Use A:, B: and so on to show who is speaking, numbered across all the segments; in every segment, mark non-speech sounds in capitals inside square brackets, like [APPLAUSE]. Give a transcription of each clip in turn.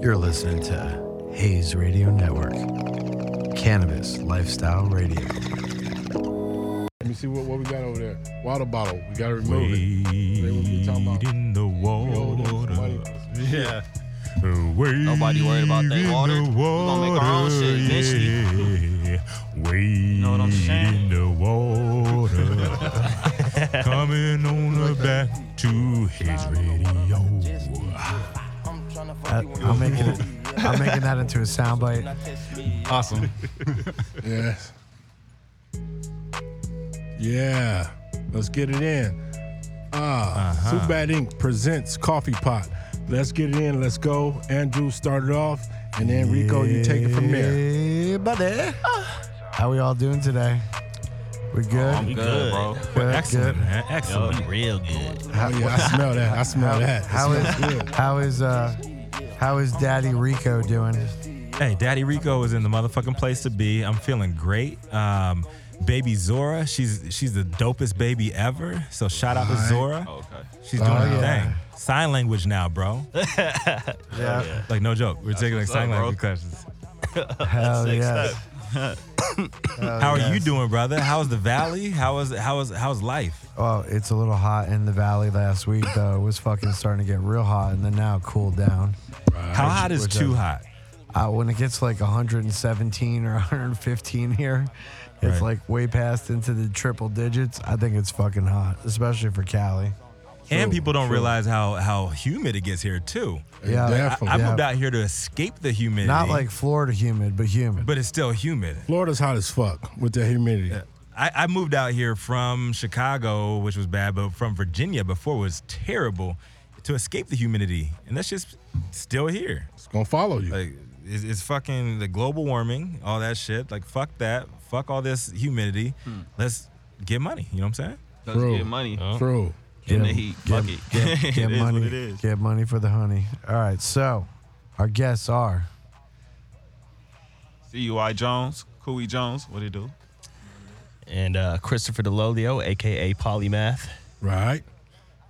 A: You're listening to Hayes Radio Network, Cannabis Lifestyle Radio.
B: Let me see what, what we got over there. Water bottle. We gotta remove
C: Wade
B: it. They was be talking about-
C: in the
B: we owe them
C: water.
B: some money.
D: Yeah.
C: Wade
D: Nobody worried about that
C: in the
D: water. We gonna make our own shit
C: water,
D: eventually.
C: yeah. Wade
D: know what I'm saying?
C: in the
D: [LAUGHS]
C: water. Coming on the back to his radio.
E: Uh,
A: I, Uh, I'm, making it, I'm making that into a soundbite.
D: Awesome.
B: Yes. Yeah. Let's get it in. Ah,
C: Uh-huh.
B: Super Bad Inc. presents Coffee Pot. Let's get it in. Let's go. Andrew started off, and then Rico, you take it from there.
A: Hey, buddy. Ah. How we all doing today? We good?
D: I'm good, bro.
A: Good,
C: Excellent,
A: good.
C: man.
D: Yo,
C: Excellent.
D: you real good.
B: Oh yeah, I smell that. I smell that. It
A: How is [LAUGHS]
B: smells good.
A: how is uh how is Daddy Rico doing?
C: Hey, Daddy Rico is in the motherfucking place to be. I'm feeling great. Um, baby Zora, she's she's the dopest baby ever. So shout out to Zora.
D: Oh, Okay.
C: She's doing her
A: Oh, yeah.
C: thing. Sign language now, bro.
A: [LAUGHS] Yeah,
C: Like no joke. We're taking like
D: what's up,
C: sign
D: bro.
C: language classes.
A: hell
D: Next
A: yes.
D: up.
A: Hell
C: How are you
A: Oh, yes.
C: doing, brother? How's the valley? How is how is how's life?
A: Oh, it's a little hot in the valley last week though. It was fucking starting to get real hot and then now it cooled down. Uh,
C: How hot is
A: Which
C: too
A: I-
C: hot?
A: Uh, when it gets like 117 or 115 here, it's
C: Right.
A: like way past into the triple digits. I think it's fucking hot, especially for Cali.
C: and people don't realize how how humid it gets here too.
A: Yeah,
C: I,
B: Definitely.
C: I
A: yeah.
C: moved out here to escape the humidity.
A: Not like Florida humid, but humid.
C: but [LAUGHS] it's still humid.
B: Florida's hot as fuck with the humidity.
C: I, I moved out here from Chicago, which was bad, but from Virginia before was terrible to escape the humidity. And that's just still here.
B: It's gonna follow you.
C: Like, it's, it's fucking the global warming, all that shit. Like, fuck that. Fuck all this humidity.
F: Hmm.
C: Let's get money. You know what I'm saying?
D: Let's
B: True.
D: get money.
B: True.
D: Get in the heat. Fuck it.
A: Get, get
D: [LAUGHS] It is what
A: money.
D: it is.
A: Get money for the honey. All right, so our guests are
D: CUI Jones, Cooey Jones, what it do?
E: and uh, Christopher DeLolio, aka Polymath.
B: Right.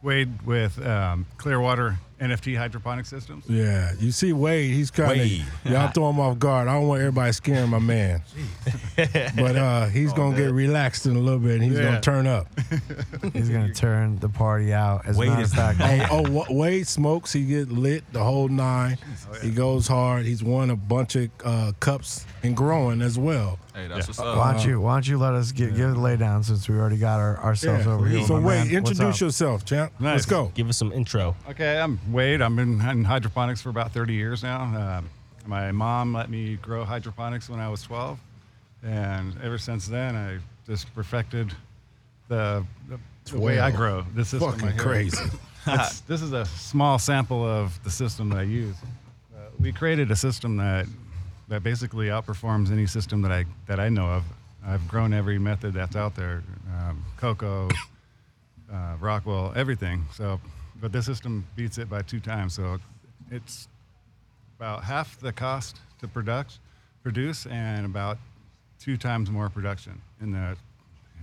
F: Wade with um, Clearwater NFT hydroponic systems.
B: Yeah, you see Wade, he's kind
C: Wade.
B: of y'all throw him off guard. I don't want everybody scaring my man. [LAUGHS] but uh, he's gonna get relaxed in a little bit, and he's
F: Yeah.
B: gonna
A: [LAUGHS]
B: turn up.
A: he's gonna turn the party out. As a
C: Wait
A: matter
C: a
A: of fact,
B: hey, oh, Wa- Wade smokes. He get lit the whole nine.
A: oh,
B: He goes hard. He's won a bunch of uh, cups and growing as well.
D: Hey, that's what's up.
A: why don't you why don't you let us get give the lay down since we already got our, ourselves over here.
B: So
A: my man.
B: Wade,
A: What's
B: introduce
A: up?
B: yourself, champ.
F: Nice.
B: Let's go.
E: Give us some intro.
F: Okay, I'm Wade. I've been in hydroponics for about 30 years now. Um, my mom let me grow hydroponics when I was 12, and ever since then, I just perfected the, the, the way I grow. This system
B: Fucking
F: right here. [LAUGHS]
B: crazy.
F: It's- this is a small sample of the system that I use. Uh, we created a system that that basically outperforms any system that I that I know of. I've grown every method that's out there, um, cocoa, uh, Rockwell, everything. So, but this system beats it by two times. So, it's about half the cost to product, produce, and about two times more production in the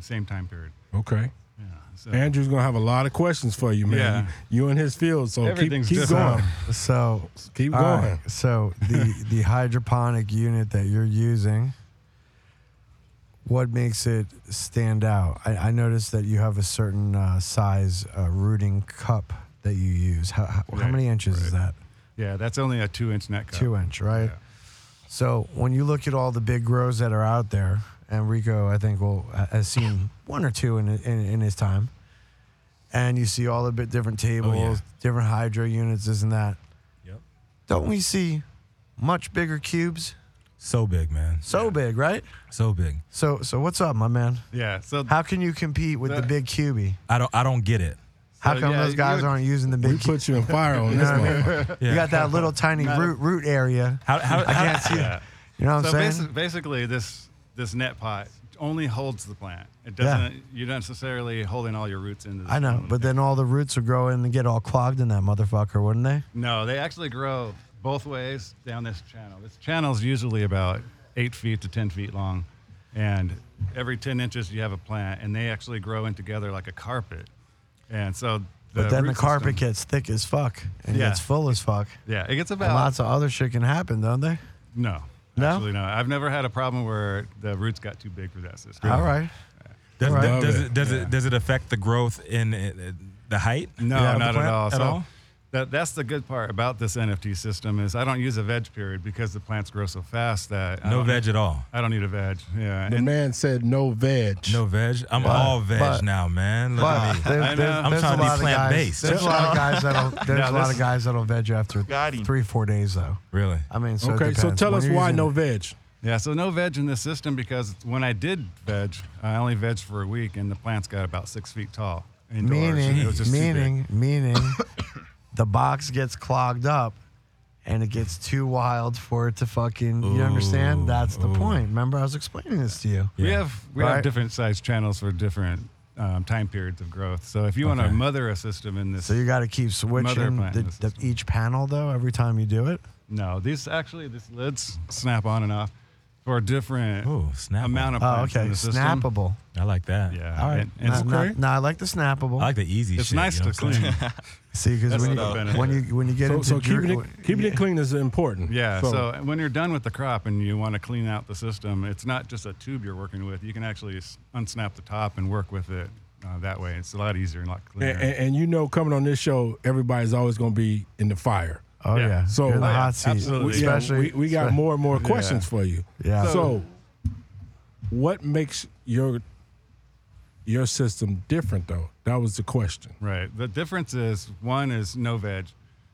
F: same time period.
B: Okay.
F: Yeah. So,
B: Andrew's gonna have a lot of questions for you, man.
F: Yeah.
B: You in his field, so keep,
F: Everything's
B: keep
F: different.
B: going.
A: So
B: Keep
A: All
B: going.
A: right, So the the hydroponic unit that you're using, what makes it stand out? I, I noticed that you have a certain uh, size uh, rooting cup that you use. How, how, how
F: Right,
A: many inches is that?
F: yeah, that's only a two-inch net cup.
A: Two inch, right?
F: Yeah.
A: So when you look at all the big grows that are out there, and Rico, I think, will has seen one or two in in, in his time, and you see all the bit
F: Oh,
A: different tables, different hydro units, this and that.
C: Yep.
A: Don't we see much bigger cubes?
C: So big, man.
A: So big, right?
C: So big.
A: So so what's up, my man?
F: Yeah. So
A: How can you compete with the big QB?
C: I don't I don't get it.
A: How
F: So,
A: come
F: yeah,
A: those guys
F: you-
A: aren't using the
B: We
A: big?
B: put you in fire on
A: you [LAUGHS]
B: this
A: know what I mean?
B: one.
C: Yeah.
A: You got that little
F: [LAUGHS]
A: tiny root root area.
C: How, how,
A: I
C: how-
A: can't see.
F: yeah.
A: You know what
F: so
A: I'm
F: basi-
A: saying?
F: basically, this this net pot only holds the plant. It doesn't. You're not necessarily holding all your roots into. This
A: I know,
F: one.
A: but then all the roots would grow in and get all clogged in that motherfucker, wouldn't they?
F: no, they actually grow both ways down this channel. This channel's usually about eight feet to ten feet long, and every ten inches you have a plant, and they actually grow in together like a carpet. And so
A: but then the
F: root
A: carpet
F: system-
A: gets thick as fuck and
F: Yeah.
A: gets full as fuck.
F: Yeah, it gets
A: And
F: about
A: lots of other shit can happen, don't they?
F: no,
A: No?
F: actually no. I've never had a problem where the roots got too big for that system.
A: All right.
C: Does,
A: Right.
C: does, does it does
F: Yeah.
C: it does it affect the growth in uh, the height?
F: No,
C: of the
F: not at
C: plant
F: all.
C: At
F: So
C: all?
F: That, that's the good part about this NFT system is I don't use a veg period because the plants grow so fast that I
C: No
F: don't-
C: veg at all.
F: I don't need a veg. Yeah,
B: The
F: and
B: man said no veg.
C: No veg. I'm all veg
A: but-
C: now, man. Look
A: But
C: at me.
A: there,
F: I
A: there-
F: know. I'm
A: there's
C: trying
A: a
C: to be
A: lot of guys.
C: plant-based.
A: There's a lot of guys
F: [LAUGHS]
A: that'll. There's a lot
F: this-
A: of guys that'll veg after
D: Got him.
A: three, four days though.
C: Really?
A: I mean, so it
B: Okay, so
A: depends.
B: tell
A: When
B: us
A: you're
B: why
A: using-
B: no veg.
F: Yeah, so no veg in this system because when I did veg, I only vegged for a week and the plants got about six feet tall. Indoors.
A: Meaning,
F: it was just too big. [LAUGHS]
A: meaning, meaning, the box gets clogged up, and it gets too wild for it to fucking. you understand? That's the point. Remember, I was explaining this to you.
F: We have we
A: Right.
F: have different size channels for different um, time periods of growth. So if you want to
C: Okay.
F: mother a system in this,
A: So you got to keep switching
F: plant
A: the,
F: in the
A: the,
F: system.
A: each panel though every time you do it.
F: no, these actually these lids snap on and off for a different
C: Ooh, snap.
F: amount of
A: Oh,
F: plants
A: okay.
F: in the system.
A: Snappable.
C: I like that.
F: Yeah,
A: All right.
F: and- and it's,
A: no, no, no, I like the snappable.
C: I like the easy
F: it's
C: shit.
F: nice
C: you know
F: to
C: what I'm saying?
F: clean.
A: See, because
F: That's
A: when,
F: the
A: you-
F: benefit.
A: when you when you get
B: So,
A: into
B: so keeping
A: jer-
B: it keeping it clean is important.
C: [LAUGHS]
F: Yeah. So, when you're done with the crop and you want to clean out the system, it's not just a tube you're working with. You can actually s- unsnap the top and work with it uh, that way. It's a lot easier and a lot cleaner.
B: and, and, and you know, coming on this show, everybody's always going to be in the fire.
A: Oh
F: Yeah.
A: yeah.
B: So-
A: You're in the
B: Oh, yeah.
A: hot seat.
F: Absolutely.
B: Yeah,
A: Especially
B: we, we got more and more questions for you.
A: Yeah.
B: So, what makes your your system different though? That was the question.
F: right. The difference is one is no veg.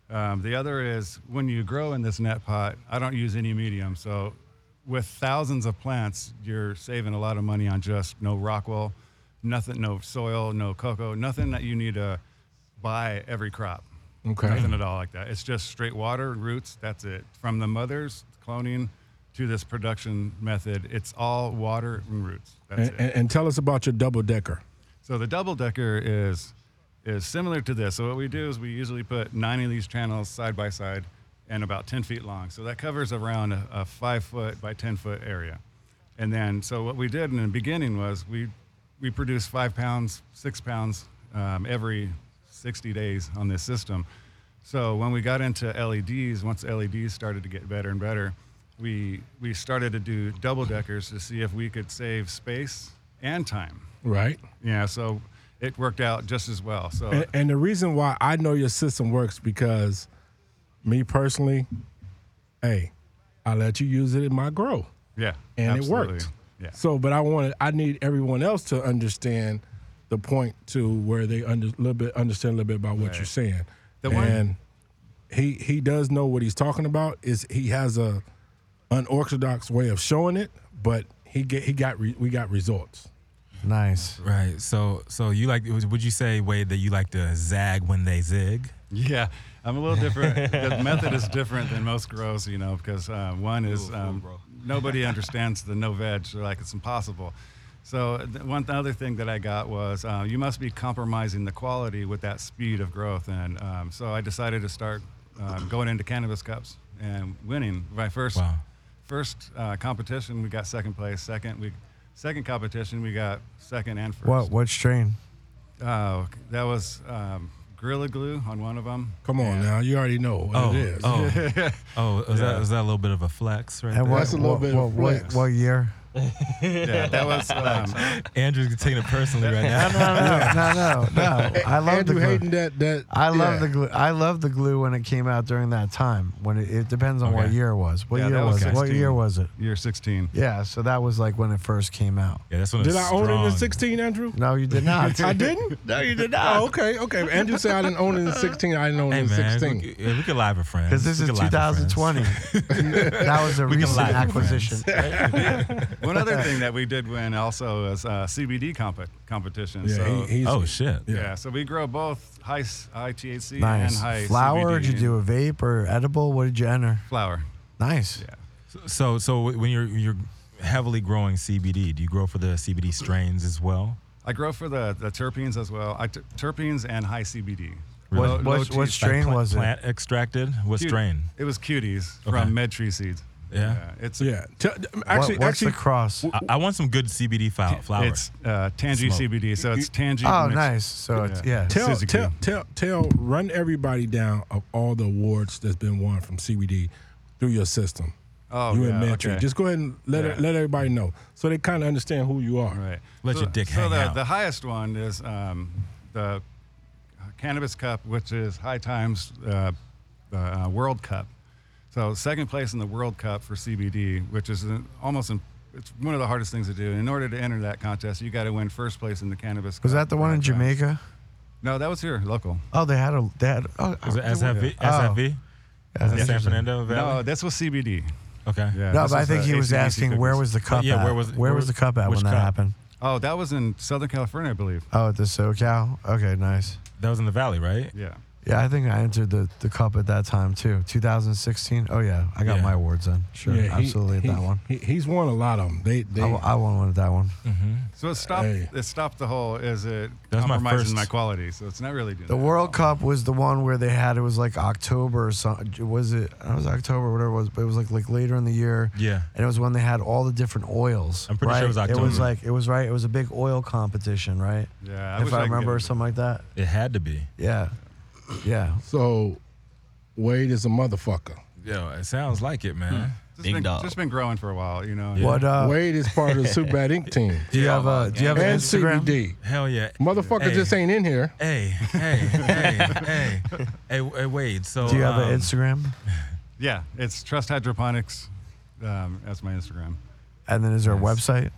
F: Um, the other is when you grow in this net pot, I don't use any medium. So with thousands of plants, you're saving a lot of money on just no rockwell, nothing, no soil, no cocoa, nothing that you need to buy every crop.
B: Okay.
F: Nothing at all like that. It's just straight water roots. That's it. From the mothers cloning to this production method, it's all water and roots. That's
B: And,
F: it.
B: and, and tell us about your double decker.
F: So the double decker is is similar to this. So what we do is we usually put nine of these channels side by side and about ten feet long. So that covers around a, a five foot by ten foot area. And then so what we did in the beginning was we we produced five pounds, six pounds um, every sixty days on this system. So when we got into LEDs, once LEDs started to get better and better, we we started to do double deckers to see if we could save space and time.
B: Right.
F: Yeah, so it worked out just as well. So
B: And, and the reason why I know your system works because me personally, hey, I let you use it in my grow.
F: yeah,
B: and
F: absolutely.
B: it worked.
F: Yeah,
B: So, but I wanted, I need everyone else to understand the point to where they under little bit understand a little bit about what
F: Right.
B: you're saying.
F: The one-
B: and he he does know what he's talking about. Is he has a unorthodox way of showing it, but he get he got re, we got results.
A: nice.
C: Right. So so you like would you say Wade that you like to zag when they zig?
F: yeah. I'm a little different. the method is different than most grows, you know, because uh, one is um, nobody understands the no veg. They're like it's impossible. So th- one other thing that I got was uh, you must be compromising the quality with that speed of growth, and um, so I decided to start um, going into cannabis cups and winning my first
C: Wow.
F: first uh, competition. We got second place. Second we second competition we got second and first.
A: What what strain?
F: Oh, that was um, Gorilla Glue on one of them.
B: Come on now, you already know what
C: Oh,
B: it is.
F: [LAUGHS]
C: oh, oh! Was that was that a little bit of a flex right
A: And
C: there?
A: what,
B: That's a little
A: what,
B: bit of
A: what, what-
B: flex.
A: what year?
F: Yeah, that was. Um,
C: Andrew's taking it personally
A: [LAUGHS]
C: right now.
A: No, no, no, no, no. I love
B: Andrew
A: the glue.
B: Hayden, that that
A: I love
B: yeah.
A: the glue. I love the glue when it came out during that time. When it, it depends on what
C: Okay.
A: year it was. What
F: Yeah,
A: year
F: that was
A: was, it? What
F: 16.
A: year was it?
F: year 16.
A: Yeah, so that was like when it first came out.
C: Yeah, that's when
B: Did
C: it's
B: I own it in
C: strong.
B: 16, Andrew?
A: [LAUGHS] No, you did not.
B: [LAUGHS] I didn't.
E: No, you did
B: Oh, okay, okay. Andrew said I didn't own it in 16. I didn't own it
C: Hey
B: in
C: man,
B: 16.
C: we, yeah, we could live with friends.
A: Because this
C: We
A: is
C: could lie with friends.
A: 2020.
C: [LAUGHS]
A: that was a
C: We can
A: recent
C: lie to
A: acquisition.
F: One other thing that we did win also is uh, CBD comp- competition.
B: Yeah,
F: so,
B: he- he's,
C: Oh shit!
F: yeah. so we grow both high, s- high THC and
A: Nice.
F: high
A: Flower?
F: CBD.
A: Did you do a vape or edible? What did you enter?
F: Flower.
A: Nice.
F: Yeah.
C: So so when you're you're heavily growing CBD, do you grow for the CBD strains as well?
F: I grow for the, the terpenes as well. I t- terpenes and high CBD.
C: Really?
F: Low-
A: What,
F: low
A: what, what
F: T-
A: strain
C: Pla-
A: was it?
C: Plant extracted. What
F: Dude,
C: strain?
F: It was cuties
C: Okay.
F: from Med Tree Seeds.
C: Yeah.
F: Yeah, it's
B: Yeah. T- actually,
A: what, what's
B: actually,
A: the cross?
C: I, I want some good CBD fou- flour.
F: it's uh, Tangy
C: Smoke.
F: CBD, so it's Tangy.
A: Oh,
F: mixed-
A: nice. So it's yeah.
B: tell,
F: Suzuki.
B: tell, tell, tell, run everybody down of all the awards that's been won from CBD through your system.
F: Oh,
B: you
F: yeah,
B: and Metri.
F: okay.
B: Just go ahead and let it,
F: Yeah.
B: let everybody know, so they kind of understand who you are.
F: Right.
C: Let
F: so,
C: your dick
F: so
C: hang
F: the,
C: out.
F: the highest one is um, the Cannabis Cup, which is High Times uh, the uh, World Cup. So second place in the World Cup for CBD, which is an, almost an, it's one of the hardest things to do. In order to enter that contest, you got to win first place in the Cannabis.
A: Was
F: Cup
A: that the one in
F: High Times.
A: Jamaica?
F: No, that was here, local.
A: Oh, they had a they had. Oh,
C: Is it SFV?
A: Oh.
C: SFV? Is it San
A: interesting.
C: Fernando
F: No,
C: Valley?
F: this was CBD.
C: okay.
F: Yeah,
A: No,
F: this
A: but I think
F: uh,
A: he was
F: HBC
A: asking where
F: cookies.
A: was the cup?
C: yeah,
A: at?
C: where was-
A: where was the
C: where-
A: cup at
C: which
A: when that
C: cup?
A: happened?
F: Oh, that was in Southern California, I believe.
A: Oh, at the SoCal. Okay, nice.
C: That was in the valley, right?
F: Yeah.
A: Yeah, I think I entered the, the cup at that time too. 2016. Oh yeah, I got
C: Yeah.
A: my awards then. Sure,
B: Yeah, he-
A: absolutely at
B: he-
A: that one.
B: He, he's won a lot of them. They, they,
A: I, I won one at that one.
F: So it stopped.
B: Hey.
F: It stopped the whole. Is it
C: That's my
F: compromising
C: first-
F: my, quality? So it's not really doing
A: The
F: that.
A: World Cup was the one where they had it was like October or something. Was it? It was October, whatever it was, but it was like like later in the year.
C: Yeah.
A: And it was when they had all the different oils.
C: I'm pretty sure it
A: right?
C: was
A: It was
C: October.
A: like it was right. It was a big oil competition, right?
F: Yeah, I
A: if
F: wish
A: I,
F: I could get
A: remember
F: it.
A: or something like that.
C: It had to be.
A: Yeah, yeah.
B: so Wade is a motherfucker.
C: Yo, it sounds like it, man.
F: Just
E: Big
F: been,
E: dog.
F: Just been growing for a while, you know.
A: What? Uh,
B: Wade is part of the Super Bad Ink team
A: Do you have a? Do you have an
B: and
A: Instagram?
B: CBD.
C: Hell yeah.
B: Motherfucker
C: Hey.
B: just ain't in here.
C: Hey, hey, hey, hey, hey, hey, Wade. So
A: Do you have
C: um,
A: an Instagram?
F: Yeah, it's Trust Hydroponics. Um, that's my Instagram.
A: And then is there a website?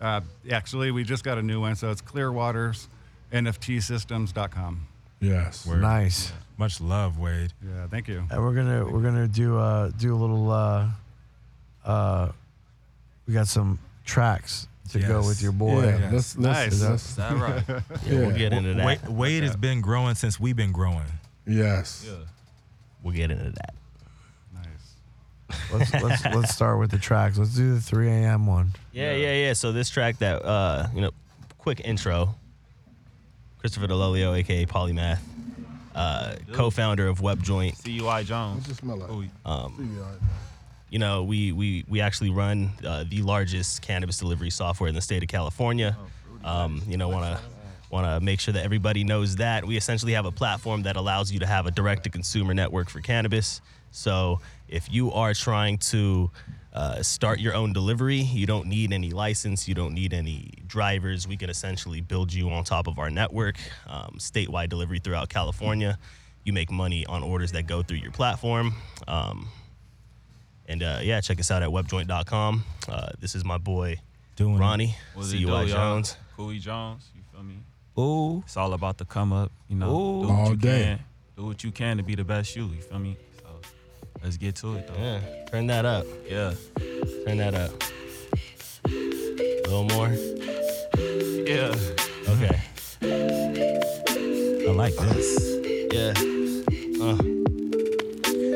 F: Uh, actually, we just got a new one, so it's ClearWatersNFTSystems.com.
B: Yes.
C: Word.
A: Nice.
C: Much love, Wade.
F: Yeah, thank you.
A: And Uh, we're gonna we're gonna do uh do a little uh uh we got some tracks to go
C: Yes.
A: with your
B: Yeah.
A: boy.
B: Let's, let's,
F: Nice.
B: let's,
D: that right?
E: Yeah, We'll
B: Yeah.
E: get into that.
C: Wade, Wade has been growing since we've been growing.
B: yes.
E: We'll get into that.
F: Nice.
A: Let's let's let's start with the tracks. Let's do the three AM one.
E: Yeah, yeah, yeah. So this track that uh, you know, quick intro. Christopher DeLolio, aka Polymath, uh, co-founder of WebJoint.
D: CUI Jones.
B: What's it smell like?
D: Ooh,
E: You know, we we we actually run uh, the largest cannabis delivery software in the state of California. Um, you know, want to want to make sure that everybody knows that we essentially have a platform that allows you to have a direct-to-consumer network for cannabis. So if you are trying to uh, start your own delivery. You don't need any license. You don't need any drivers. We can essentially build you on top of our network, um, statewide delivery throughout California. You make money on orders that go through your platform. Um, and uh, yeah, check us out at webjoint.com. Uh, this is my boy
C: Doing it.
E: Ronnie,
D: What it do,
E: CUI
D: y'all?
E: Jones.
D: Cooley Jones. You feel me?
C: Ooh,
D: It's all about the come up. You know, do what
B: All
D: you
B: day.
D: can. Do what you can to be the best you. You feel me? So let's get to it though.
E: Yeah, turn that up.
D: Yeah.
E: Turn that up. A little more.
D: Yeah.
E: Okay.
C: I like this.
E: Yeah. Uh.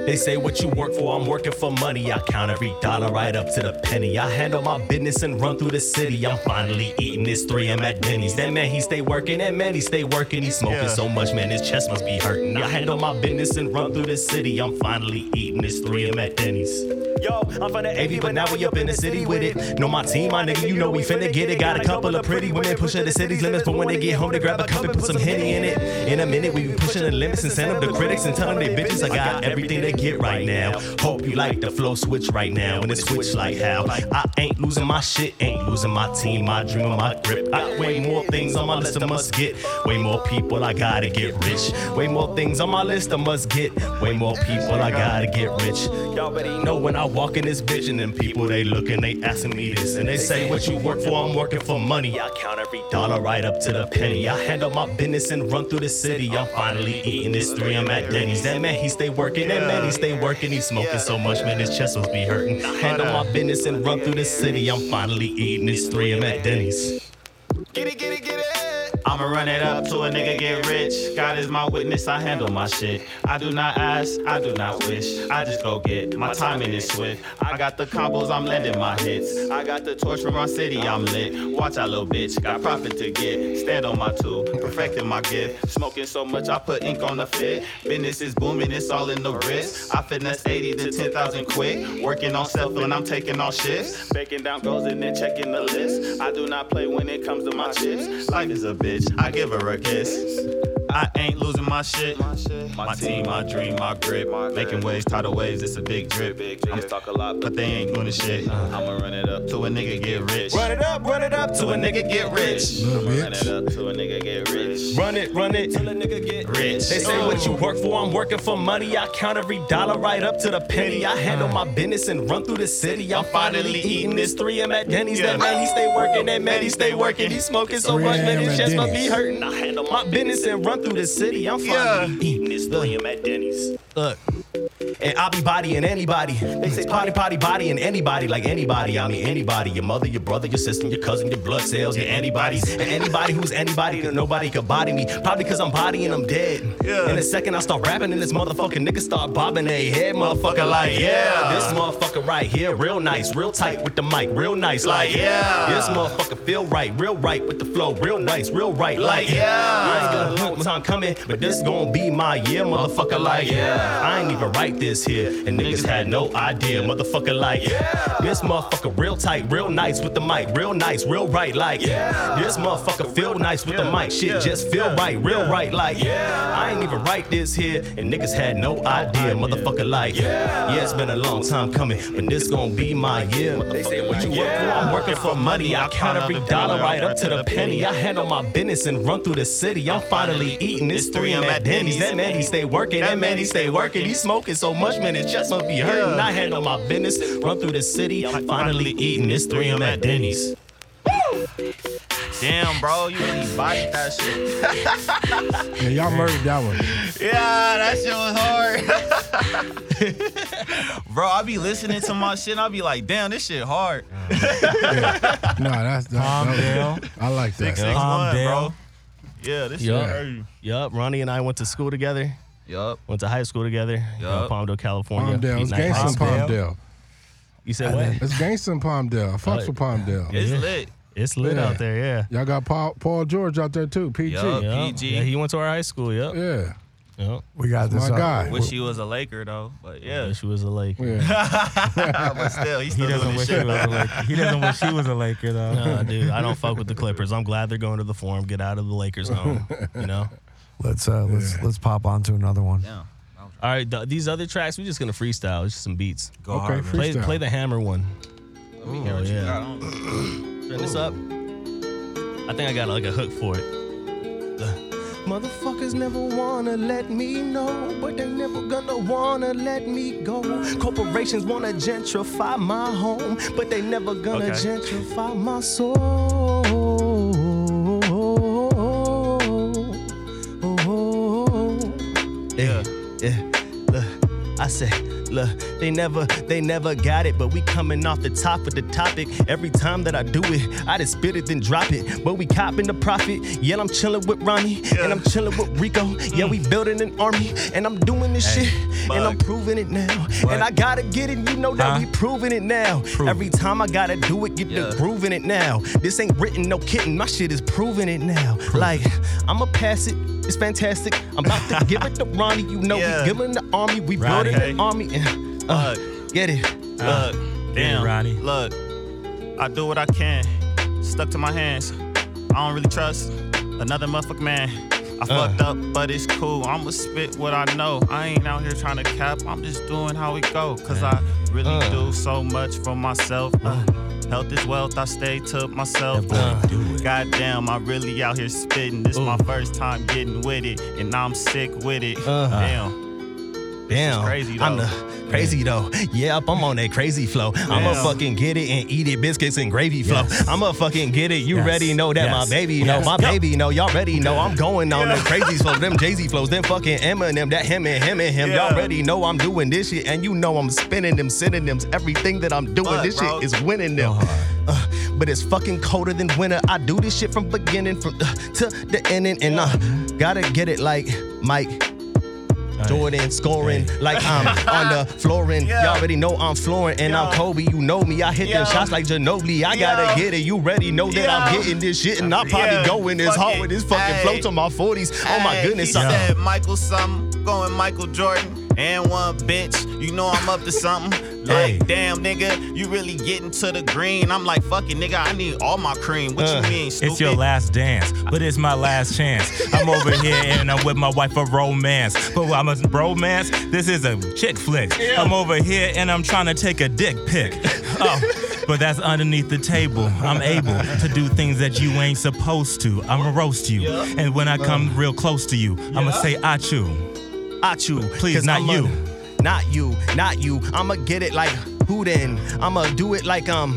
E: They say what you work for, I'm working for money. I count every dollar right up to the penny. I handle my business and run through the city. I'm finally eating this 3M at Denny's. That man, he stay working, that man, he stay working. He smoking
D: Yeah.
E: so much, man, his chest must be hurting. I handle my business and run through the city. I'm finally eating this 3M at Denny's. Yo, I'm from the AV, but now we up in the city with it. Know my team, my nigga, you know we finna get it. Got a couple of pretty women pushing the city's limits, but when they get home, they grab a cup and put some henny in it. In a minute, we be pushing the limits and send them to critics and tell them they bitches. I got everything they get right now. Hope you like the flow switch right now, and it switch like how. I ain't losing my shit, ain't losing my team, my dream, and my grip. I way more things on my list I must get. Way more people I gotta get rich. Way more things on my list I must get. Way more people I gotta get rich. Y'all already know when I walk in this vision, and people they look and they asking me this, and they say what you work for. I'm working for money. I count every dollar right up to the penny. I handle my business and run through the city. I'm finally eating this three. I'm at Denny's. That man he stay working. That man he stay working. He's smoking so much, man his chest must be hurting. I handle my business and run through the city. I'm finally eating this three. I'm at Denny's.
D: I'ma run it up till a nigga get rich. God is my witness, I handle my shit. I do not ask, I do not wish. I just go get my timing is swift. I got the combos, I'm landing my hits. I got the torch from my city, I'm lit. Watch out, little bitch, got profit to get. Stand on my tool, perfecting my gift. Smoking so much, I put ink on the fit. Business is booming, it's all in the wrist. I finesse 80 to 10,000 quick. Working on self when I'm taking on shifts. Breaking down goals and then checking the list. I do not play when it comes to my chips. Life is a bitch, I give her a kiss. I ain't losing my shit. My team, my dream, my grip. Making waves, tidal waves, it's a big drip. I'm stuck a lot, but they ain't doing the shit. I'ma run it up to a nigga get rich. Run it up, run it up to a nigga get rich. Run it up to a nigga get rich.
E: Run it, run it.
D: Till a nigga get rich.
E: They say what you work for, I'm working for money. I count every dollar right up to the penny. I handle my business and run through the city. I'm finally eating this 3M at Denny's. That
D: Yeah.
E: man, he stay working, that man, he stay working. He smoking so much,
B: 3M
E: man,
B: at
E: his chest must be
B: Denny's.
E: hurting. I handle my business and run through the city. I'm finally
D: Yeah.
E: eating this 3M
D: William at Denny's.
E: Look, and I'll be bodying anybody. They say potty, potty, body, and anybody like anybody. I mean anybody. Your mother, your brother, your sister, your cousin, your blood cells, your antibodies, and anybody who's anybody that nobody could body me. Probably because I'm body and I'm dead. In a second I start rapping and this motherfucking nigga start bobbing their head, motherfucker. Like yeah, this motherfucker right here, real nice, real tight with the mic, real nice. Like yeah, this motherfucker feel right, real right with the flow, real nice, real right. Like yeah, I ain't gonna put time coming, but this gonna be my year, motherfucker. Like yeah, I ain't even write this here, and niggas had no idea, motherfucker. Like yeah, this motherfucker real tight, real nice with the mic, real nice, real right. Like yeah, this motherfucker feel nice with the mic, shit just feel right, real right. Like yeah, I ain't even write this here, and niggas had no idea, motherfucker. Like yeah, yeah, it's been a long time coming, but this gonna be my year. They say what you work for, I'm working for money. I count every dollar right up to the penny. I handle my business and run through the city. I'm finally eating this three M at Denny's. That man, he stay working. That man, he stay working. He smoking so much, man, his chest must be hurting. I handle my business, run through the city. I'm finally eating this three M at Denny's.
D: Damn, bro, you really bodied that shit.
B: Yeah, y'all murdered that one.
D: Yeah, Ah, that shit was hard. [LAUGHS] bro, I be listening to my shit and I be like, damn, this shit hard.
B: No, that's that's
C: Calm
B: that
C: down.
B: was- I like that.
D: Six
C: Calm
D: one,
C: down.
D: bro. Yeah, this
E: Yeah.
D: shit crazy.
E: Yup, Ronnie and I went to school together.
D: Yup.
E: Went to high school together.
D: Yup.
E: Palmdale, California.
B: Palmdale, it's Gangsta
C: Palmdale.
B: Palmdale.
E: You said what?
B: It's Gangsta Palmdale. I Fucks with Palmdale.
D: It's
E: Yeah.
D: lit.
E: It's lit
B: Yeah.
E: out there, yeah.
B: Y'all got Paul, Paul George out there too. PG.
D: Yup.
E: Yup.
D: PG.
E: Yeah, he went to our high school. Yep.
B: Yeah,
E: Yep.
A: We got
B: my
A: this. up.
B: guy.
D: Wish he was a Laker though, but yeah,
E: She was a lake.
B: Yeah.
D: but still,
C: [LAUGHS]
D: he's
C: He
D: still doing
C: doesn't
D: this
C: wish he was
D: shit.
C: a Laker. He doesn't wish he was a Laker though.
E: Nah, dude, I don't fuck with the Clippers. I'm glad they're going to the Forum. Get out of the Lakers home. You know.
A: Let's uh, let's let's pop on to another one.
D: Damn.
E: All right, th- these other tracks we're just gonna freestyle. It's just some beats.
C: Go
B: Okay,
C: hard, man.
E: Play,
B: Freestyle.
E: play the hammer one.
D: Let me hear what you
E: yeah.
D: got on.
E: Turn this up. I think I got like a hook for it. [SIGHS] Motherfuckers never wanna let me know, but they never gonna wanna let me go. Corporations wanna gentrify my home, but they never gonna
D: Okay.
E: gentrify my soul. Yeah. Yeah. Look, I said, look, they never, they never got it, but we coming off the top of the topic. Every time that I do it, I just spit it then drop it. But we copping the profit. Yeah, I'm chilling with Ronnie, and I'm chilling with Rico. Yeah, we building an army, and I'm doing this shit, and I'm proving it now. And I gotta get it, you know that
C: Huh?
E: we proving it now. Every time I gotta do it, get the groove in it now. This ain't written, no kidding. My shit is proving it now. Like, I'ma pass it. It's fantastic. I'm about to give it to Ronnie. You know,
D: Yeah.
E: we building the army. We
C: Ronnie.
E: building an army. And, uh, get it.
D: Look, damn,
C: Ronnie.
D: Look, I do what I can. Stuck to my hands. I don't really trust another motherfucking man. I fucked up, but it's cool. I'ma spit what I know. I ain't out here trying to cap. I'm just doing how it go. Cause I really do so much for myself. Uh, health is wealth. I stay to myself. Uh, Goddamn, I really out here spitting. This my first time getting with it, and I'm sick with it. Damn.
E: Damn.
G: crazy,
E: I'm
G: though.
E: the crazy though. Yeah, up, I'm on that crazy flow. I'ma fucking get it and eat it, biscuits and gravy flow. I'ma fucking get it. You
C: Yes.
E: ready? Know that
C: Yes.
E: my baby know.
C: Yes.
E: My
C: Yo.
E: baby know. Y'all ready? Know I'm going on them crazy flows, them Jay Z flows, them fucking Eminem, that him and him and him. Y'all
G: Yeah.
E: already know I'm doing this shit, and you know I'm spinning them synonyms. Everything that I'm doing,
G: Fuck,
E: this
G: bro.
E: shit is winning them. Uh, but it's fucking colder than winter. I do this shit from beginning from uh, to the ending, and I gotta get it like Mike. Jordan scoring like
G: [LAUGHS]
E: I'm on the flooring.
G: Yeah.
E: Y'all already know I'm flooring and I'm
G: Yeah.
E: Kobe. You know me. I hit
G: Yeah.
E: them shots like Ginobili. I
G: Yeah.
E: gotta get it. You ready? Know that I'm
G: Yeah.
E: getting this shit and I'm probably
G: Yeah.
E: going this
D: Fuck
E: hard
D: it.
E: with this fucking
D: Ayy.
E: flow to my 40s. Oh my
D: Ayy,
E: goodness.
D: He
E: I-
D: said Michael something, going Michael Jordan, and one bitch. You know I'm up to something. Like,
C: Ayy.
D: damn, nigga, you really getting to the green. I'm like, fucking nigga, I need all my cream. What
E: Uh,
D: you mean, stupid?
C: It's your last dance, but it's my last chance. I'm over here and I'm with my wife for romance. But I'm a romance, this is a chick flick. I'm over here and I'm trying to take a dick
D: [LAUGHS]
C: pic. Oh, but that's underneath the table. I'm able to do things that you ain't supposed to. I'm gonna roast you. And when I
D: Uh.
C: come real close to you, I'm gonna say, Achu.
E: Achu.
C: Please, not
E: I'ma-
C: you.
E: Not you, not you. I'ma get it like who then? I'ma do it like I'm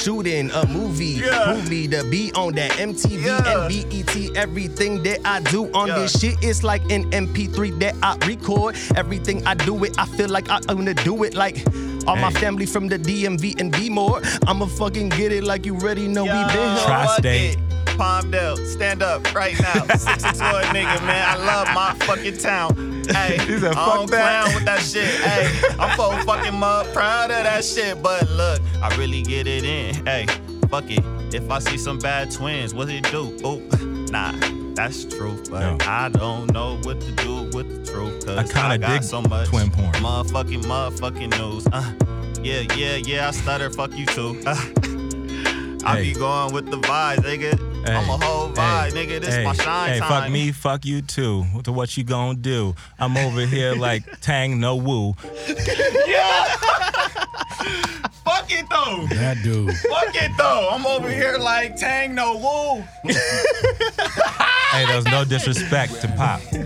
E: shooting a movie.
G: Yeah.
E: Prove me to be on that MTV
G: Yeah.
E: and BET. Everything that I do on
G: Yeah.
E: this shit is like an MP3 that I record. Everything I do it, I feel like I, am gonna do it like all my
C: Hey.
E: family from the DMV and B more. I'ma fucking get it like you already know we been here.
C: Try- Tri-state.
D: Palmdale, stand up right
C: [LAUGHS]
D: now. 664 nigga, man. I love my fucking town. Hey, I
C: said, "Fuck
D: don't
C: that."
D: clown with that shit. Hey, I'm so fucking mud proud of that shit. But look, I really get it in. Hey, fuck it. If I see some bad twins, what it do? Oh, nah, that's true. But
C: No.
D: I don't know what to do with the truth. Cause
C: I kinda
D: got
C: dig
D: so much
C: twin porn.
D: Motherfucking, motherfucking news. Uh, yeah, yeah, yeah. I stutter. Fuck you too. Uh, I
C: Hey.
D: be going with the vibes, nigga. I'm a whole vibe, nigga. This
C: hey,
D: my shine
C: hey,
D: time.
C: fuck me, fuck you too. What the- What you gonna do? I'm over here like Tang No Woo.
D: Fuck it though.
B: That dude.
D: fuck it though. I'm over here like Tang no woo.
C: [LAUGHS] Hey, there was no disrespect to
G: [LAUGHS]
C: Pop. You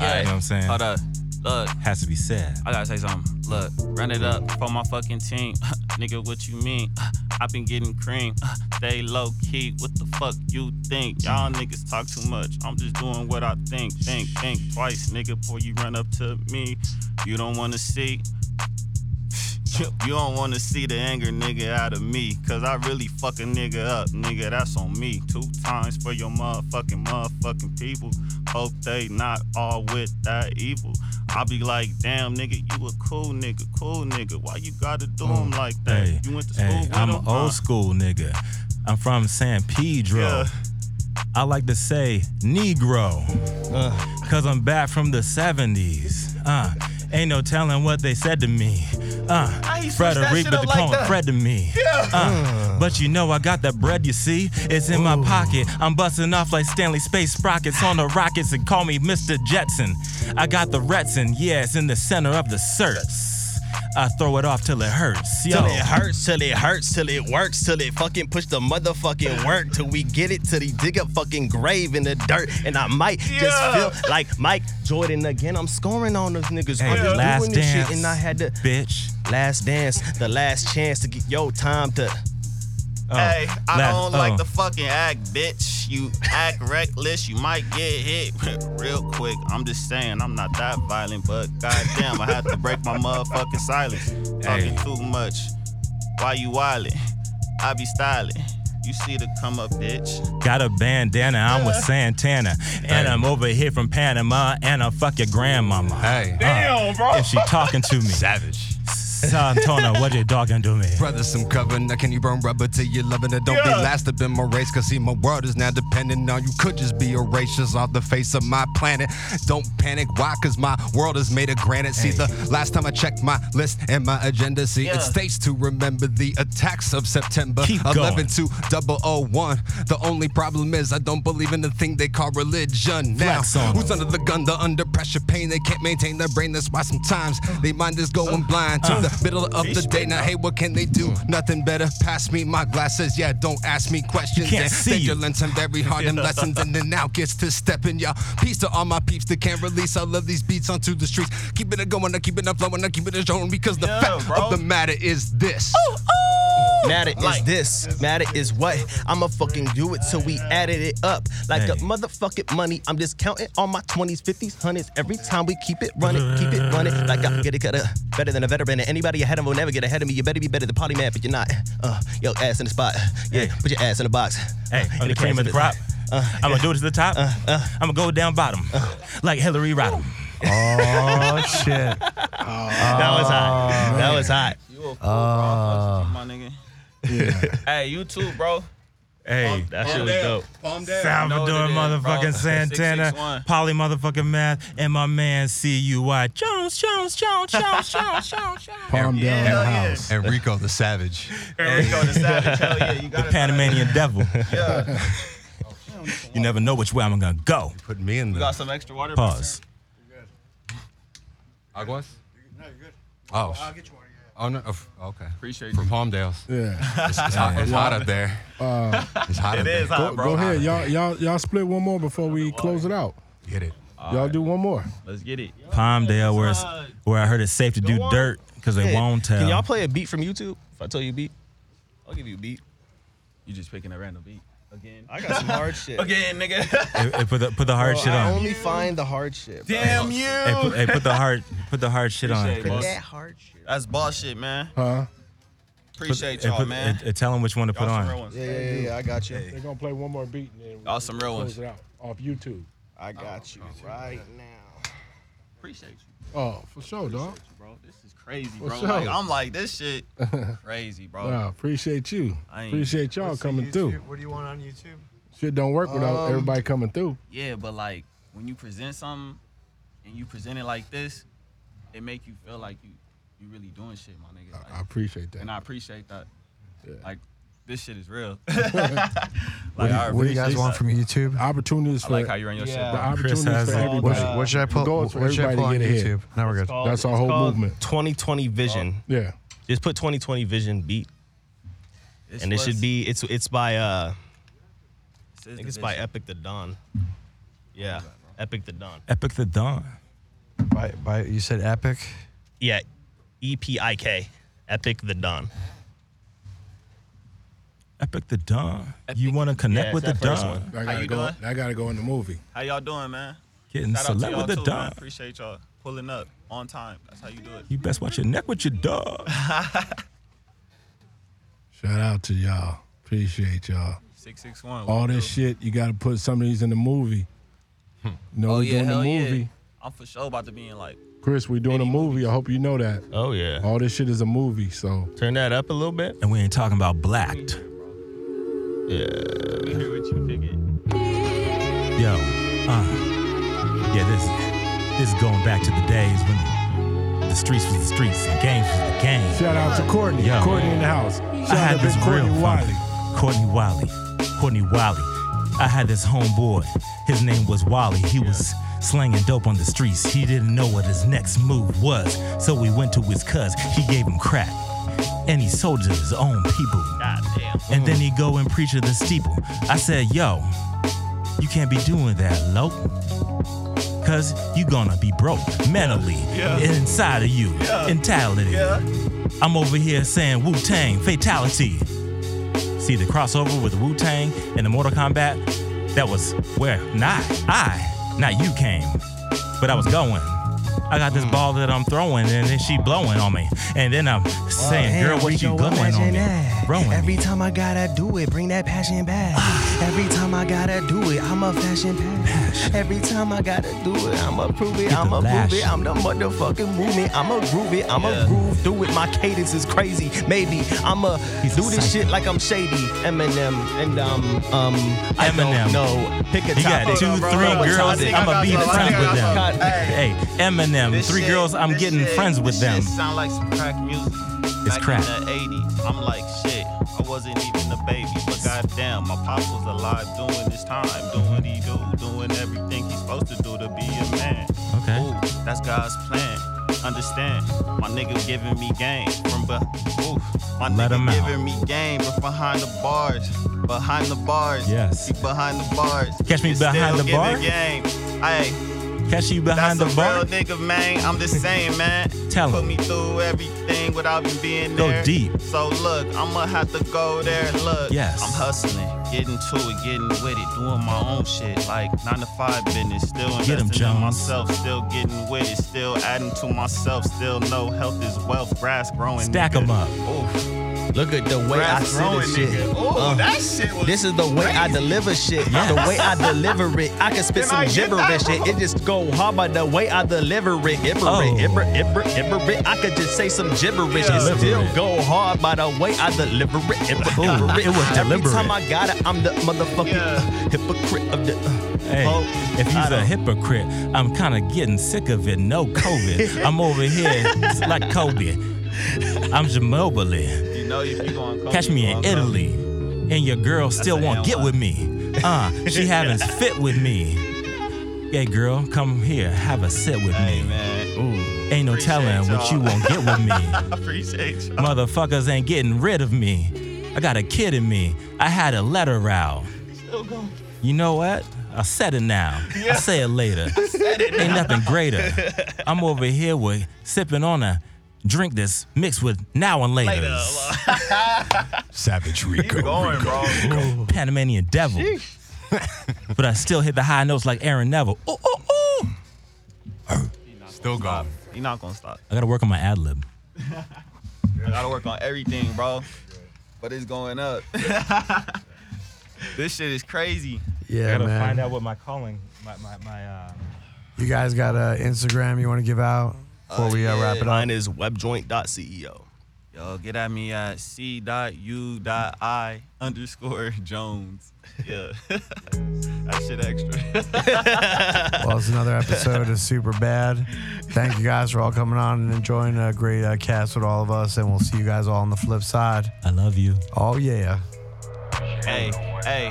C: know what I'm saying?
G: Hold up. Look,
C: Has to be said.
G: I gotta say something. Look, run it up for my fucking team. [LAUGHS] Nigga, what you mean? [LAUGHS] I've been getting cream. [LAUGHS] Stay low key. What the fuck you think? Y'all niggas talk too much. I'm just doing what I think. Think, think twice, nigga, before you run up to me. You don't wanna see. You you don't wanna see the anger, nigga, out of me. Cause I really fuck a nigga up, nigga, that's on me. Two times for your motherfucking motherfucking people. Hope they not all with that evil. I be like, damn, nigga, you a cool nigga, cool nigga. Why you gotta do him like that?
C: Mm. Hey,
G: you went to school
C: hey,
G: with
C: I'm
G: him?
C: an old school nigga. I'm from San Pedro.
G: Yeah.
C: I like to say Negro, cause I'm back from the 70s. Uh, ain't no telling what they said to me. Uh,
D: used to switch that
C: Frederick,
D: shit
C: but
D: up
C: they
D: like
C: call him
D: that.
C: Fred to me. Uh, but you know I got that bread, you see? It's in my pocket. I'm busting off like Stanley Space Sprockets on the rockets and call me Mr. Jetson. I got the Retson, yeah, it's in the center of the certs. I throw it off till it hurts. Yo.
E: Till it hurts, till it hurts, till it works, till it fucking push the motherfucking work, till we get it, till he dig a fucking grave in the dirt. And I might just feel like Mike Jordan again. I'm scoring on those niggas.
C: Hey,
E: I'm just
C: last
E: doing this
C: dance,
E: shit, and I had to
C: bitch.
E: last dance, the last chance to get yo time to.
C: Oh,
D: hey, I
C: last-
D: don't like
C: oh.
D: the fucking act, bitch. You act reckless, you might get hit [LAUGHS] real quick. I'm just saying, I'm not that violent, but goddamn, I had to break my motherfucking silence. Talking
C: Hey.
D: too much. Why you wildin'? I be styling. You see the come up, bitch.
C: Got a bandana, I'm with Santana. And I'm over here from Panama, and I fuck your grandmama. Hey. Damn, bro. If she talking to me.
H: Savage.
C: Santana, what you talking to me?
H: Brothers, some cover. Now, can you burn rubber till you loving it? Don't be last up in my race, cause see, my world is now dependent on you. Could just be erasures off the face of my planet. Don't panic, why? Cause my world is made of granite. See, the last time I checked my list and my agenda, see, it states to remember the attacks of September
C: Keep going.
H: 11 to 001. The only problem is, I don't believe in the thing they call religion. Now,
C: Flex on 'em.
H: who's under the gun, the under pressure, pain. They can't maintain their brain. That's why sometimes they mind is going blind to
C: Uh,
H: the middle of the day. Now, hey, what can they do? Nothing better. Pass me my glasses. Yeah, don't ask me questions.
C: Can't
H: Yeah,
C: see
H: they
C: you.
H: just learn some very hard
C: [LAUGHS]
H: and lessons. And then now gets to stepping. Y'all, peace to all my peeps that can't release. I love these beats onto the streets. Keeping it going. I keep it flowing. I keep it showing because the
I: Yeah,
H: fact
I: bro.
H: of the matter is this.
C: Oh,
E: Matter is
I: Like-
E: this, matter is what. I'ma fucking do it till we added it up. Like a motherfucking money, I'm just counting all my 20s, 50s, 100s. Every time we keep it running, keep it running. Like I get it cut up. Better than a veteran. And anybody ahead of will never get ahead of me. You better be better than Polly Man, but you're not. Uh, yo, ass in the spot. Yeah, put your ass in the box.
C: Hey, I'm the Uh,
E: Get
C: cream of the
E: cash
C: crop. I'm gonna do it to the top. I'm gonna go down bottom, like Hillary Rodham. [LAUGHS]
A: Oh shit!
E: That was
C: Oh,
E: hot. That was hot.
D: You a fool,
C: Uh.
D: bro. I fucks with you, my nigga. [LAUGHS] hey, you too, bro.
C: Hey,
D: That shit was dope.
F: Calm down.
C: Salvador
D: I know it is, bro.
C: motherfucking Santana,
D: 661.
C: Polly motherfucking Math, and my man CUI Jones, Jones, Jones, Jones, Jones, Jones, Jones.
B: Palm down
I: Hell
B: the
I: yeah.
B: house.
H: Enrico the Savage.
I: Enrico the Savage. Hell yeah, you
C: The
I: got it.
C: Panamanian
H: [LAUGHS]
C: devil. [LAUGHS] You never know which way I'm gonna go.
H: Put me in
D: Got
H: [LAUGHS] the
D: some extra
C: [LAUGHS]
D: water?
C: Pause.
H: Aguas. No, you're good. Oh, I'll get you one. Oh no. Oh, okay.
D: Appreciate
H: From
D: you.
H: Palmdale.
B: Yeah.
H: It's, it's hot, it's hot up there. it's hot
I: It
H: up
I: is
H: there.
I: hot,
B: Go
I: bro.
B: ahead, y'all. Y'all, y'all split one more before we close it out.
H: Hit it.
B: Y'all do one more.
D: Let's get it.
C: Palmdale, where it's, where I heard it's safe to do dirt because they
E: Hey,
C: won't tell.
E: Can y'all play a beat from YouTube? If I tell you a beat,
D: I'll give you a beat. You just picking a random beat. Again.
E: I got some
C: [LAUGHS]
E: hard shit.
D: Again, nigga. [LAUGHS]
C: Hey, hey, put the put the hard shit
E: I
C: on.
E: only find the hard shit. Bro.
I: Damn
C: Hey,
I: you.
C: put, hey, put the hard put the hard shit on.
D: Appreciate it, boss.
E: That hard shit.
I: That's bullshit, man.
B: Huh?
I: Appreciate
C: Hey,
I: y'all,
C: put-
I: man.
C: hey, hey, tell them which one to put
I: Y'all some real
C: on.
I: ones.
E: Yeah, yeah, yeah. I got you.
B: They're gonna play one more beat and then
D: Y'all some real
B: close
D: ones.
B: it out off YouTube.
E: I got you right now.
D: Appreciate you,
B: Oh, for sure, dog.
D: bro. This is crazy,
B: For
D: bro.
B: sure.
D: Like, I'm like,
B: [LAUGHS]
D: this shit crazy, bro.
B: Nah, appreciate you.
D: I ain't-
B: Appreciate y'all coming through.
A: What do you want on YouTube?
B: Shit don't work without
E: Um,
B: everybody coming through.
D: Yeah, but like when you present something and you present it like this, it make you feel like you you really doing shit, my nigga. Like,
B: I appreciate that.
D: and I appreciate that.
B: Uh, Yeah.
D: Like this shit
B: [LAUGHS]
D: is real. [LAUGHS] like, what
A: What do you guys want from YouTube?
B: opportunities
D: I
B: for
D: like how you run your
E: Yeah.
D: shit,
B: the
D: bro.
B: opportunities
C: has
B: for
C: all
B: everybody.
A: What, should- what should I pull?
B: Go for
A: What should I
B: everybody
A: pull on
B: to get
A: YouTube?
B: ahead.
A: Now we're good.
B: That's our whole movement.
E: 2020 Vision.
B: Yeah.
E: Just put 2020 Vision beat,
D: This
E: and it
D: was-
E: should be. It's it's by uh,
D: this
E: I
D: is
E: think
D: the
E: it's by
D: vision.
E: Epic the Don. Yeah, Epic the Don.
C: Epic the Dawn.
A: By, by, you said epic.
E: Yeah, E P I K. Epic the Don.
C: Epic the Dawn. You want to connect
E: Yeah,
C: with the
E: it's that first
C: Dawn.
B: I gotta
D: you
B: go.
D: doing?
B: I gotta go in the movie.
D: How y'all doing, man?
C: Getting
D: Shout out to
C: select
D: y'all
C: with the
D: too, man.
C: Dawn.
D: Appreciate y'all pulling up on time. That's how you do it.
C: You best watch your neck with your dog.
B: Shout out to y'all. Appreciate y'all.
D: Six six one.
B: All this shit, you gotta put some of these in the movie.
C: Hmm.
B: No,
D: Oh
B: we're
D: yeah,
B: doing
D: hell
B: the movie.
D: yeah. I'm for sure about to be in like.
B: Chris, we're doing a movie. I hope you know that.
E: Oh yeah.
B: All this shit is a movie, so
E: Turn that up a little bit.
C: and we ain't talking about blacked.
D: We hear what you figured.
C: Yo, uh, yeah, this this is going back to the days when the streets was the streets and games was the games.
B: shout out to Courtney.
C: Yeah.
B: Courtney in the house. Shout
C: I had
B: out to
C: this
B: Big
C: real
B: Courtney
C: Wiley.
B: Wiley.
C: Courtney Wiley. Courtney Wiley. I had this homeboy. His name was Wally. He was slanging dope on the streets. He didn't know what his next move was. So we went to his cuz. He gave him crack. And he sold it to his own people.
D: Goddamn.
C: And then he go and preach at the steeple. I said, yo, you can't be doing that, Lope. Cause you gonna be broke mentally, inside of you, entirely. I'm over here saying Wu Tang, fatality. See the crossover with Wu Tang and the Mortal Kombat? That was where not I, not you came, but I was going. I got
I: Hmm.
C: this ball that I'm throwing, and then she blowing on me, and then I'm saying, "Girl, what you blowing on me?" Throwing me.
E: Every time I gotta do it, bring that
C: [SIGHS]
E: passion back. Every time I gotta do it, I'm a fashion pack. Every time I gotta do it, I'ma prove it,
C: the
E: I'ma move
C: lash.
E: it, I'm the motherfucking movement, I'ma groove it, I'ma groove through it. My cadence is crazy, maybe I'ma
C: He's
E: do
C: a
E: this
C: psycho.
E: shit like I'm shady. Eminem and um um I
C: Eminem.
E: don't know. Pick a
C: You got
E: topic.
C: two,
E: Bro,
C: three
E: bro,
C: girls.
E: topic.
C: I'ma be
I: I
C: friends
I: think I
C: with
I: got
C: them.
I: some. Hey,
C: Hey, Eminem,
I: this
C: three
I: shit-
C: girls. I'm
I: this
C: getting
I: shit-
C: friends with
I: this
C: them.
I: Shit sound like some crack music.
C: It's
I: Back
C: crack.
I: In the 80s, I'm like shit. I wasn't even a baby, but goddamn, my pops was alive doing his time, doing what he do, doing everything he's supposed to do to be a man.
C: Okay.
D: That's God's plan. Understand? My nigga giving me game from but ooh, my
C: Let him
D: nigga
C: out.
D: giving me game, but behind the bars, behind the bars.
C: Yes.
D: He behind the bars.
C: Catch me
D: It's
C: behind the
D: still giving
C: bar?
D: Game. Ayy.
C: Catch you behind
D: That's
C: the
D: a
C: bar.
D: real nigga, man. I'm just saying, man.
C: [LAUGHS] Tell
D: Put
C: him.
D: me through everything without even being
C: Go
D: there.
C: deep.
D: So look, I'ma have to go there. Look,
C: Yes.
D: I'm hustling, getting to it, getting with it, doing my own shit, like nine to five business. Still
C: Get 'em,
D: investing
C: Jones.
D: in myself, still getting with it, still adding to myself. Still know health is wealth. Grass growing.
C: Stack
D: nigga.
C: 'em up.
D: Ooh,
E: Look at the way I
D: grass
E: see
D: growing,
E: this shit.
D: nigga. Ooh,
E: Uh,
D: that shit was.
E: This is the way I deliver shit. The way I deliver it, I can spit
D: Can
E: some
D: I get that,
E: gibberish. It, it just go hard by the way I deliver it. Ibber
C: Oh.
E: it, ibber, ibber, ibber it. I could just say some gibberish.
D: Yeah.
E: It still
C: Deliver it.
E: go hard by the way I deliver it. Ibber,
C: Ooh,
E: ibber
C: it was
E: Every
C: deliberate.
E: time I got it, I'm the motherfucking
D: Yeah.
E: uh, hypocrite of the. Uh,
C: Hey,
E: oh,
C: if you's
E: I
C: a
E: don't-
C: hypocrite, I'm kind of getting sick of it. No
D: [LAUGHS]
C: COVID. I'm over here like Kobe. I'm Jamobile.
D: You know if you going come,
C: Catch
D: you
C: me in
D: gonna come.
C: Italy, and your girl still
D: a
C: won't get
D: hell
C: with me. Uh,
D: [LAUGHS]
C: she having fit with me. Hey girl, come here, have a sit with
D: Hey
C: me.
D: man,
C: Ain't no
D: appreciate
C: telling what
D: y'all.
C: you won't get with me.
D: [LAUGHS] I appreciate you.
C: Motherfuckers ain't getting rid of me. I got a kid in me. I had a letter out. You know what? I said it now. [LAUGHS] I say it later. ain't nothing [LAUGHS] greater. I'm over here with sipping on a drink that's mixed with now and [LAUGHS] later.
H: Savage Rico.
D: Going, bro.
C: Panamanian devil. but I still hit the high notes like Aaron Neville. Ooh, ooh, ooh.
H: Still gone.
D: You're not gonna stop.
C: I gotta work on my ad lib.
D: I gotta work on everything, bro. But it's going up. [LAUGHS] this shit is crazy.
A: Yeah, man.
C: out what my calling, my, my, my uh,
A: You guys got an Instagram you want to give out before we uh, wrap it up?
E: Mine is webjoint.ceo.
D: Yo, get at me at c.u.i underscore Jones. Yeah. that shit extra.
A: Well, it's another episode of Super Bad. Thank you guys for all coming on and enjoying a great uh, cast with all of us, and we'll see you guys all on the flip side.
C: I love you.
A: Oh, yeah.
D: hey, hey.